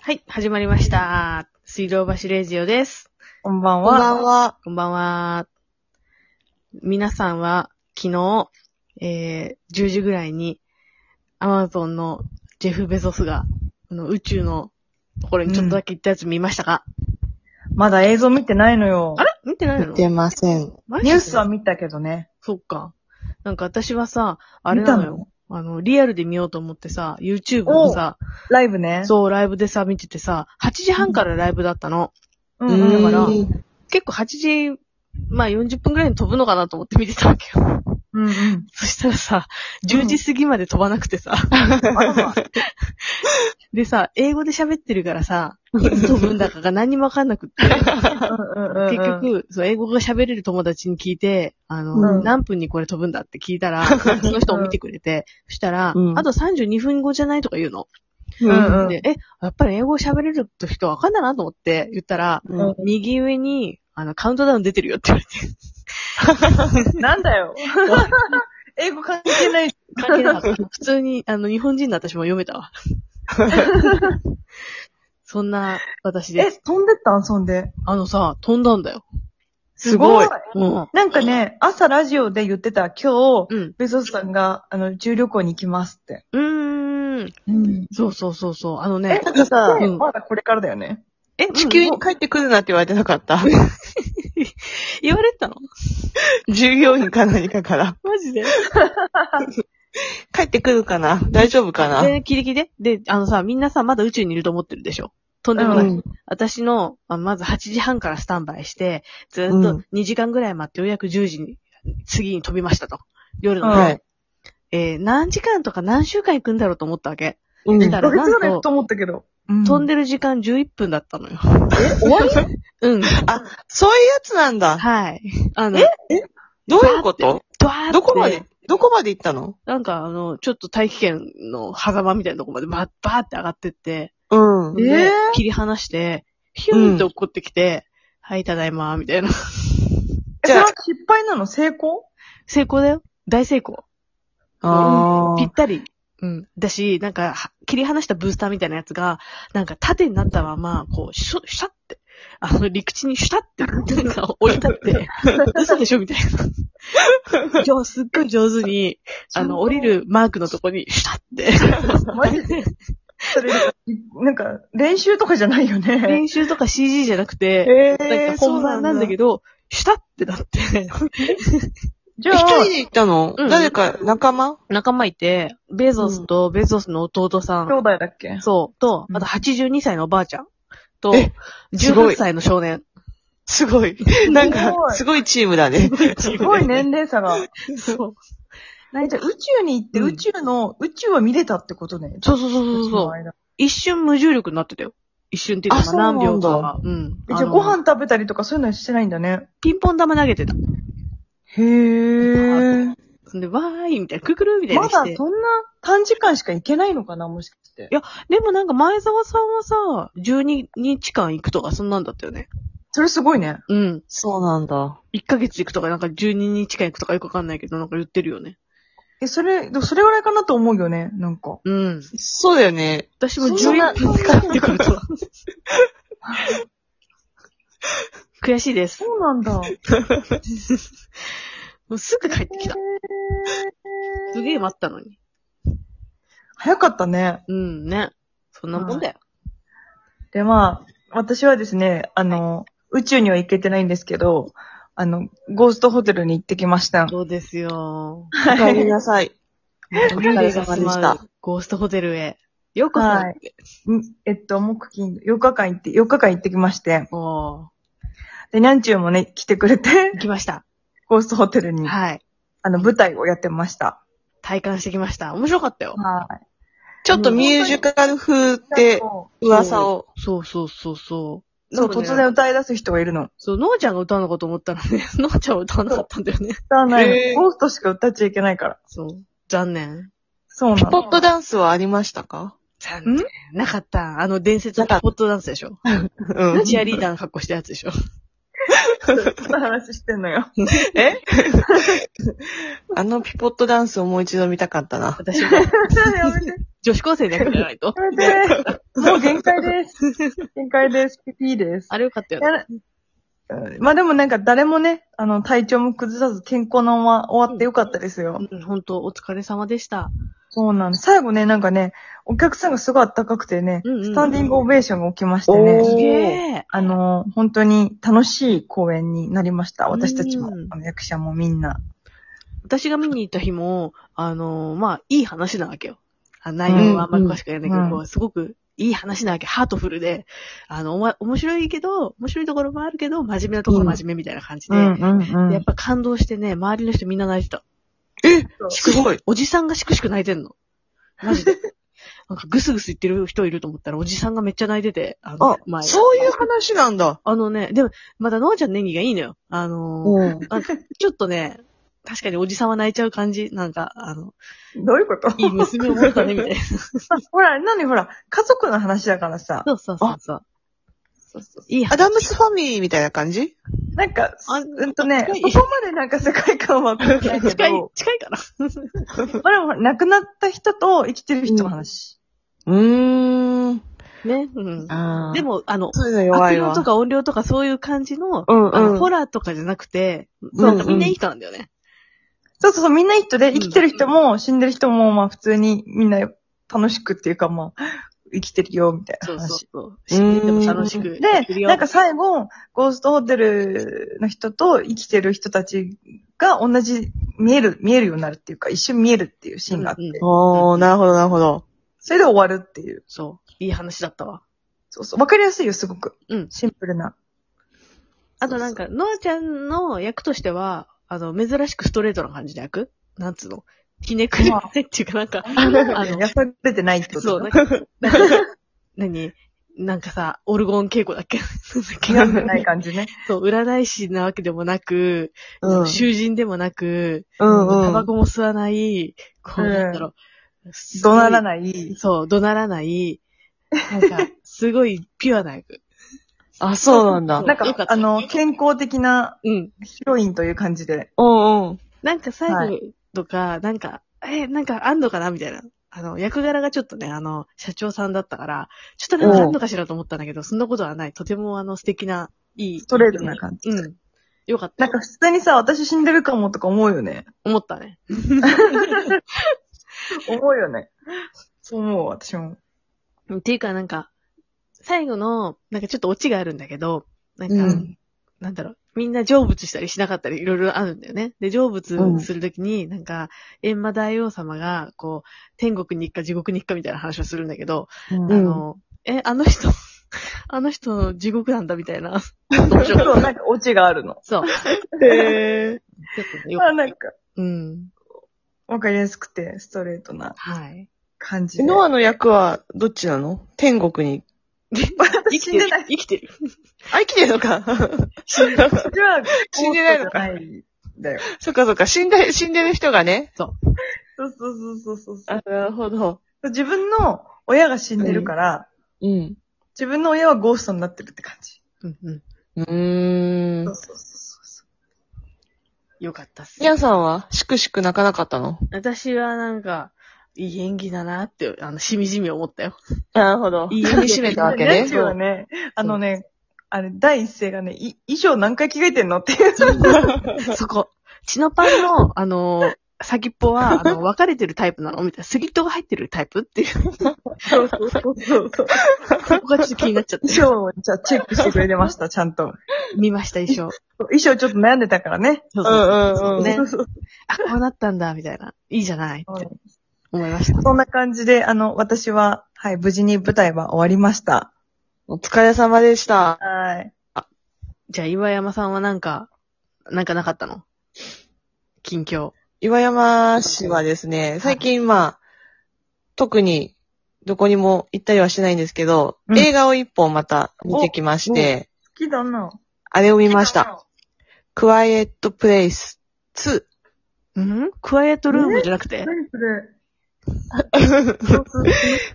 はい、始まりました。水道橋レジオです。こんばんこんばは。んは。こんばんは。皆さんは、昨日、えー、10時ぐらいに、アマゾンのジェフ・ベゾスが、あの、宇宙のところにちょっとだけ行ったやつ見ましたか、まだ映像見てないのよ。あれ見てないの見てません。マジニでュースは見たけどね。そっか。なんか私はさ、あれなのよ。見あの、リアルで見ようと思ってさ、YouTube をさ、ライブね。そう、ライブでさ、見ててさ、8時半からライブだったの。う。ううんんだから。うん結構8時、まあ40分くらいに飛ぶのかなと思って見てたわけよ。 うんうん。そしたらさ、10時過ぎまで飛ばなくてさ。あらまでさ、英語で喋ってるからさ、いつ飛ぶんだかが何にもわかんなくって。うんうんうん結局、そう、英語が喋れる友達に聞いて、あの、うん何分にこれ飛ぶんだって聞いたら、その人も見てくれて、そしたら、うんあと32分後じゃないとか言うの。うんうんで、え、やっぱり英語喋れる人わかんだなと思って言ったら、うんう右上に、あの、カウントダウン出てるよって言われて。なんだよ。英語関係ない。関係なかった普通に、あの、日本人の私も読めたわ。そんな私 えで、す。飛んでったそんで。あのさ、飛んだんだよ。すごい。うん。なんかね、朝ラジオで言ってた、今日、うん。ベゾスさんが、あの、宇宙旅行に行きますって。うーん。うん。そうそうそうそう。あのえね、、なんかさう、んまだこれからだよね。え、地球に帰ってくるなって言われてなかった言われてたの 従業員か何かから。マジで帰ってくるかな大丈夫かなで、キリキリで。で、あのさ、みんなさ、まだ宇宙にいると思ってるでしょとんでもない。うん私の、あまず8時半からスタンバイして、ずーっうとん2時間ぐらい待って、ようやく10時に、次に飛びましたと。夜の、うんはい。えー何時間とか何週間行くんだろうと思ったわけ。うん出たら5なん月とぐらいと思ったけど。飛んで、でる時間11分だったのよ。 終わり うん。そういうやつなんだ。はい。あの、どういうことドワーってどこまで、どこまで行ったのなんかあの、ちょっと大気圏の狭間みたいなとこまでバッ、バーって上がってって、うん。でえー切り離して、ヒューンって落っこってきて、はい、ただいま、みたいな。えそれは失敗なの成功成功だよ。大成功。あぴっーたり。うん。だし、なんか、は切り離したブースターみたいなやつが、なんか縦になったまま、こう、シュッ、シュタって、あの、陸地にシュタって、なんか置いた って、嘘でしょみたい な。今日すっごい上手に、あの、降りるマークのとこに、シュタって、マジでそれ、なんか、練習とかじゃないよね。練習とか CG じゃなくて、えなんかー、本番なんだけど。ど、シュタってなって、 じえゃあ一、人で行ったのうん誰か、仲間仲間いて、ベゾスとベゾスの弟さん兄、弟だっけそう、と、あと82歳のおばあちゃん、と、えすご18い歳の少年。すごい。なんすごか、いすごいチームだね。すごい年齢差が。えそう。じゃあ宇宙に行って、うん宇宙の、宇宙は見れたってことね。そうそうそうそう宇宙そのう。間一瞬無重力になってたよ。一瞬っていうか、まああそうなん何だ秒かは。うん。えあじゃあのご飯食べたりとかそういうのはしてないんだね。ピンポン玉投げてた。へー。んで、わーいみたいな、くくるみたいまなしだて。そんな短時間しか行けないのかな、もしかして。でもなんか前澤さんはさ、12日間行くとかそんなんだったよね。それすごいね。うん。 そうなんだ。 1ヶ月行くとか、なんか12日間行くとかよくわかんないけど、なんか言ってるよね。え、それ、でもそれぐらいかなと思うよね、なんか。うん。そうだよね。私もそんな11分かかってくると。 悔しい です。そうなんだ。もうすぐ帰ってきた。すげえ待ったのに。早かったね。うん、ね。そんなもんだよ。で、まあ、私はですね、あの、宇宙には行けてないんですけど、あの、ゴーストホテルに行ってきました。そうですよ。お帰りなさい。お疲れれ様様ででししたた。ゴーストホテルへ。ようこそ。はいんえっと、木金、4日間行って、4日間行ってきまして、おーで、ニャンチューもね、来てくれて、行きました。ゴーストホテルに、はい。あの、舞台をやってました。体感してきました。面白かったよ。はい。ちょっとミュージカル風って噂を。そうそうそうそう。そう、なんかね突然歌い出す人がいるの。そう、のーちゃんが歌うのかと思ったらね、 のーちゃんは歌わなかったんだよね。歌わないの、へーゴーストしか歌っちゃいけないから。そう。残念。そうピなポの。ットダンスはありましたか残念。なかった。あの伝説のなかっポたットダンスでしょ。うチアリーダーの格好したやつでしょ。そんな話してんのよ。 えあのピポットダンスをもう一度見たかったな。私はやめて、女子高生だけじゃないと。やめて。もう限界です。です。限界です。ピピーです。あれよかったよいやね。うんまあでもなんか誰もね、あの、体調も崩さず健康のまま終わってよかったですよ。うん、本当お疲れ様でした。そうなんです。最後ね、なんかね、お客さんがすごい暖かくてね、うんうんうんスタンディングオベーションが起きましておーすね、げえ。あの、本当に楽しい公演になりました。私たちもうん、あの役者もみんな。私が見に行った日も、あのーまあ、いい話なわけよ。あ内容はあんまり詳しくやらないけど、うんうんこうすごくいい話なわけ、ハートフルで、あの、おま、面白いけど、面白いところもあるけど、真面目なところは真面目みたいな感じで、うんうでやっぱ感動してね、周りの人みんな泣いてた。すごい。おじさんがしくしく泣いてんの。マ ジで。なんかぐすぐす言ってる人いると思ったら、おじさんがめっちゃ泣いてて、あの、あ、そういう話なんだ。あのね、でも、まだのあちゃんの演技がいいのよ。あのーうん。あちょっとね、確かにおじさんは泣いちゃう感じ、なんか、あの、どういうこといい娘を持ったね、みたい な。 ほら、なのにほら、家族の話だからさ。そうそうそうそう。そうそういいアダムスファミリーみたいな感じなんか、あうんとね、近いそこまでなんか世界観は 分かんないけ近いど、、近い かな。まあでもほら亡くなった人と生きてる人の話。うーん。ね、うん。あで、も、あの、そういうの弱悪い用わ。とか音量とかそういう感じの、うんあうのん。ホラーとかじゃなくて、うんなんかみんないい人なんだよね。そうそうそう、みんないい人で、生きてる人も死んでる人も、まあ普通にみんな楽しくっていうか、まあ、生きてるよ、みたいなそうそう話。そう。う死んんでも楽しく。で、なんか、最後、ゴーストホテルの人と生きてる人たちが同じ、見える、見えるようになるっていうか、一瞬見えるっていうシーンがあって、うんうんおー、なるほど、なるほど。それで終わるっていう。そう。いい話だったわ。そうそう。わかりやすいよ、すごく。うんシンプル な。あとなんか、ノアちゃんの役としては、あの、珍しくストレートな感じの役なんつうのひねくれないっていうか、なんか、 あのやされてないってことそう、だなんね。か、 なんか何なんかさ、オルゴン稽古だ っけやってない感 じね。そう、占い師なわけでもなく、うん。囚人でもなく、うタんうバん。コも吸わない、こう、うんなんだろう。怒鳴らい。ない。そう、怒鳴らない。なん か、すごいピュアな役。あ、そうなんだ。なよんかっか、たあの、健康的なうん。ヒロインという感じで。うんうん。なんか最は後とか、なんか、え、なんかあんのかなみたいな。あの、役柄がちょっとね、あの、社長さんだったから、ちょっとなんかあんのかしらと思ったんだけど、そんなことはない。とてもあの、素敵な、いい。ストレートな感じうん。よかったなん。か普通にさ、私死んでるかもとか思うよね。思ったね。思うよね。そう思う、私も。うんっていうかなんか、最後の、なんかちょっとオチがあるんだけど、なんか、うんなんだろう、みんな成仏したりしなかったりいろいろあるんだよね。で、成仏するときに、なんか、閻魔大王様が、こう、天国に行くか地獄に行くかみたいな話をするんだけど、うあんの、え、あの人、 あの人、地獄なんだみたいな。 そう、なんかオチがあるの。そう。ちょへっとねよまあなんか、うん。わかりやすくて、ストレートなはい。感じー。で。ノアの役はどっちなの天国に。生きて死んるでない。生きてる。あ、生きてるのか死んだ。じゃあ、死んでないのかゴーストじゃないんだよ。 そっかそっか。死んで、死んでる人がね。そうそうそうそうそあう。、なるほど。自分の親が死んでるから、うん。自分の親はゴーストになってるって感じ。うんうん。うーそんう。そうそうそう。よかったっすニ。ャンさんは、しくしく泣かなかったの私はなんか、いい演技だなって、あの、しみじみ思 ったよ。なるほどいい噛み締めたわけラね。ジオはね、あのね、あれ、第一声がね、い、衣装何回着替えてんのっていう。そこ。チノパンの、あのー先っぽは、 あの、分かれてるタイプなのみたいな。スリットが入ってるタイプっていう。そうそうそうそう。そこがちょっと気になっちゃ って。衣装をじゃあチェックしてくれてました、ちゃんと。見ました、衣装。衣装ちょっと悩んでたからね。そううそう。んうんうん。ねそうそうあ、こうなったんだ、みたいな。いいじゃないっそうて思いました。そんな感じで、あの、私は、はい、無事に舞台は終わりました。お疲れ様でした。はい。じゃあ、岩山さんはなんか、なんかなかったの近況。岩山市はですね、最近まあ、特にどこにも行ったりはしてないんですけど、うん映画を一本また見てきまして、好きだな。あれを見ました。。クワイエットプレイス2。うんクワイエットルームじゃなくて、何それ。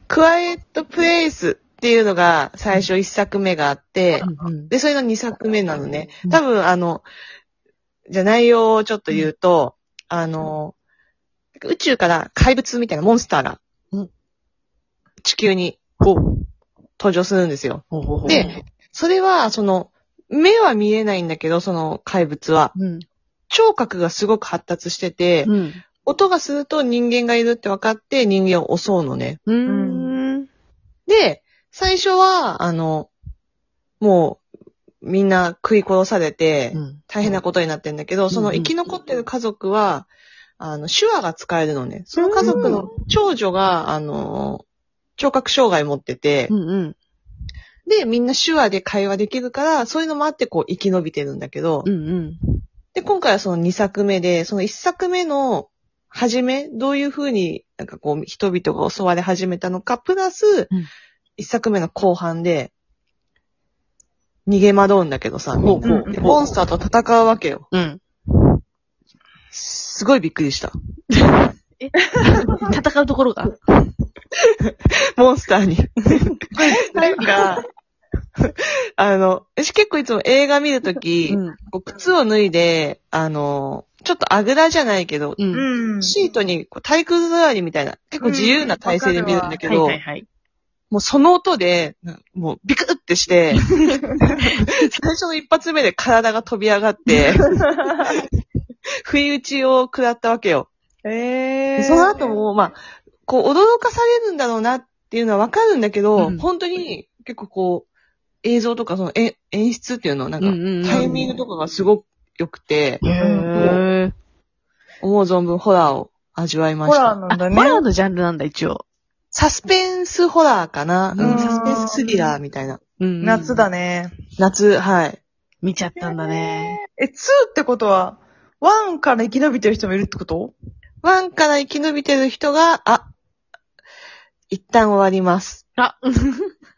クワイエットプレイスっていうのが最初一作目があって、うんで、それの2作目なのねうん。多分、あの、じゃあ内容をちょっと言うと、あの、宇宙から怪物みたいなモンスターがうん、地球に、こう、登場するんですよ。ほうほうほうで、それは、その、目は見えないんだけど、その怪物は。うん。聴覚がすごく発達してて、うん。音がすると人間がいるって分かって人間を襲うのね。うーん。で、最初は、あの、もう、みんな食い殺されて、大変なことになってんだけど、その生き残ってる家族は、あの、手話が使えるのね。その家族の長女が、あの、聴覚障害持ってて、うんうん。で、みんな手話で会話できるから、そういうのもあってこう生き延びてるんだけど、うんうん。で、今回はその2作目で、その1作目の始め、どういうふうになんかこう人々が襲われ始めたのか、プラス、うん1作目の後半で、逃げ惑うんだけどさ、みほうんな。ほうでモンスターと戦うわけよ。うん。すごいびっくりした。戦うところが。モンスターに。 なんか、あの、私結構いつも映画見るとき、ん。こう靴を脱いで、あの、ちょっとあぐらじゃないけど、うん。うん。シートにこう体育座りみたいな、結構自由な体勢で見るんだけど、はいはいもうその音で、なもうビクっ てして、最初の一発目で体が飛び上 がって、不意打ちを食らったわけよ。えでその後、も、まあ、こう驚かされるんだろうなっていうのはわかるんだけど、うん本当に結構こう、映像とかそのえ演出っていうの、なんうんか、うんうん。タイミングとかがすごく良くて、へー思う存分ホラーを味わいまホした。ラーなあ、んだホラーね。のジャンルなんだ、一応。サスペンスホラーかな、ううんん、サスペンススリラーみたいな。うん夏だ。ね。夏、はい。見ちゃったんだね。え、2ってことは、1から生き延びてる人もいるってことワンから生き延びてる人が、あ、一旦終わります。あ、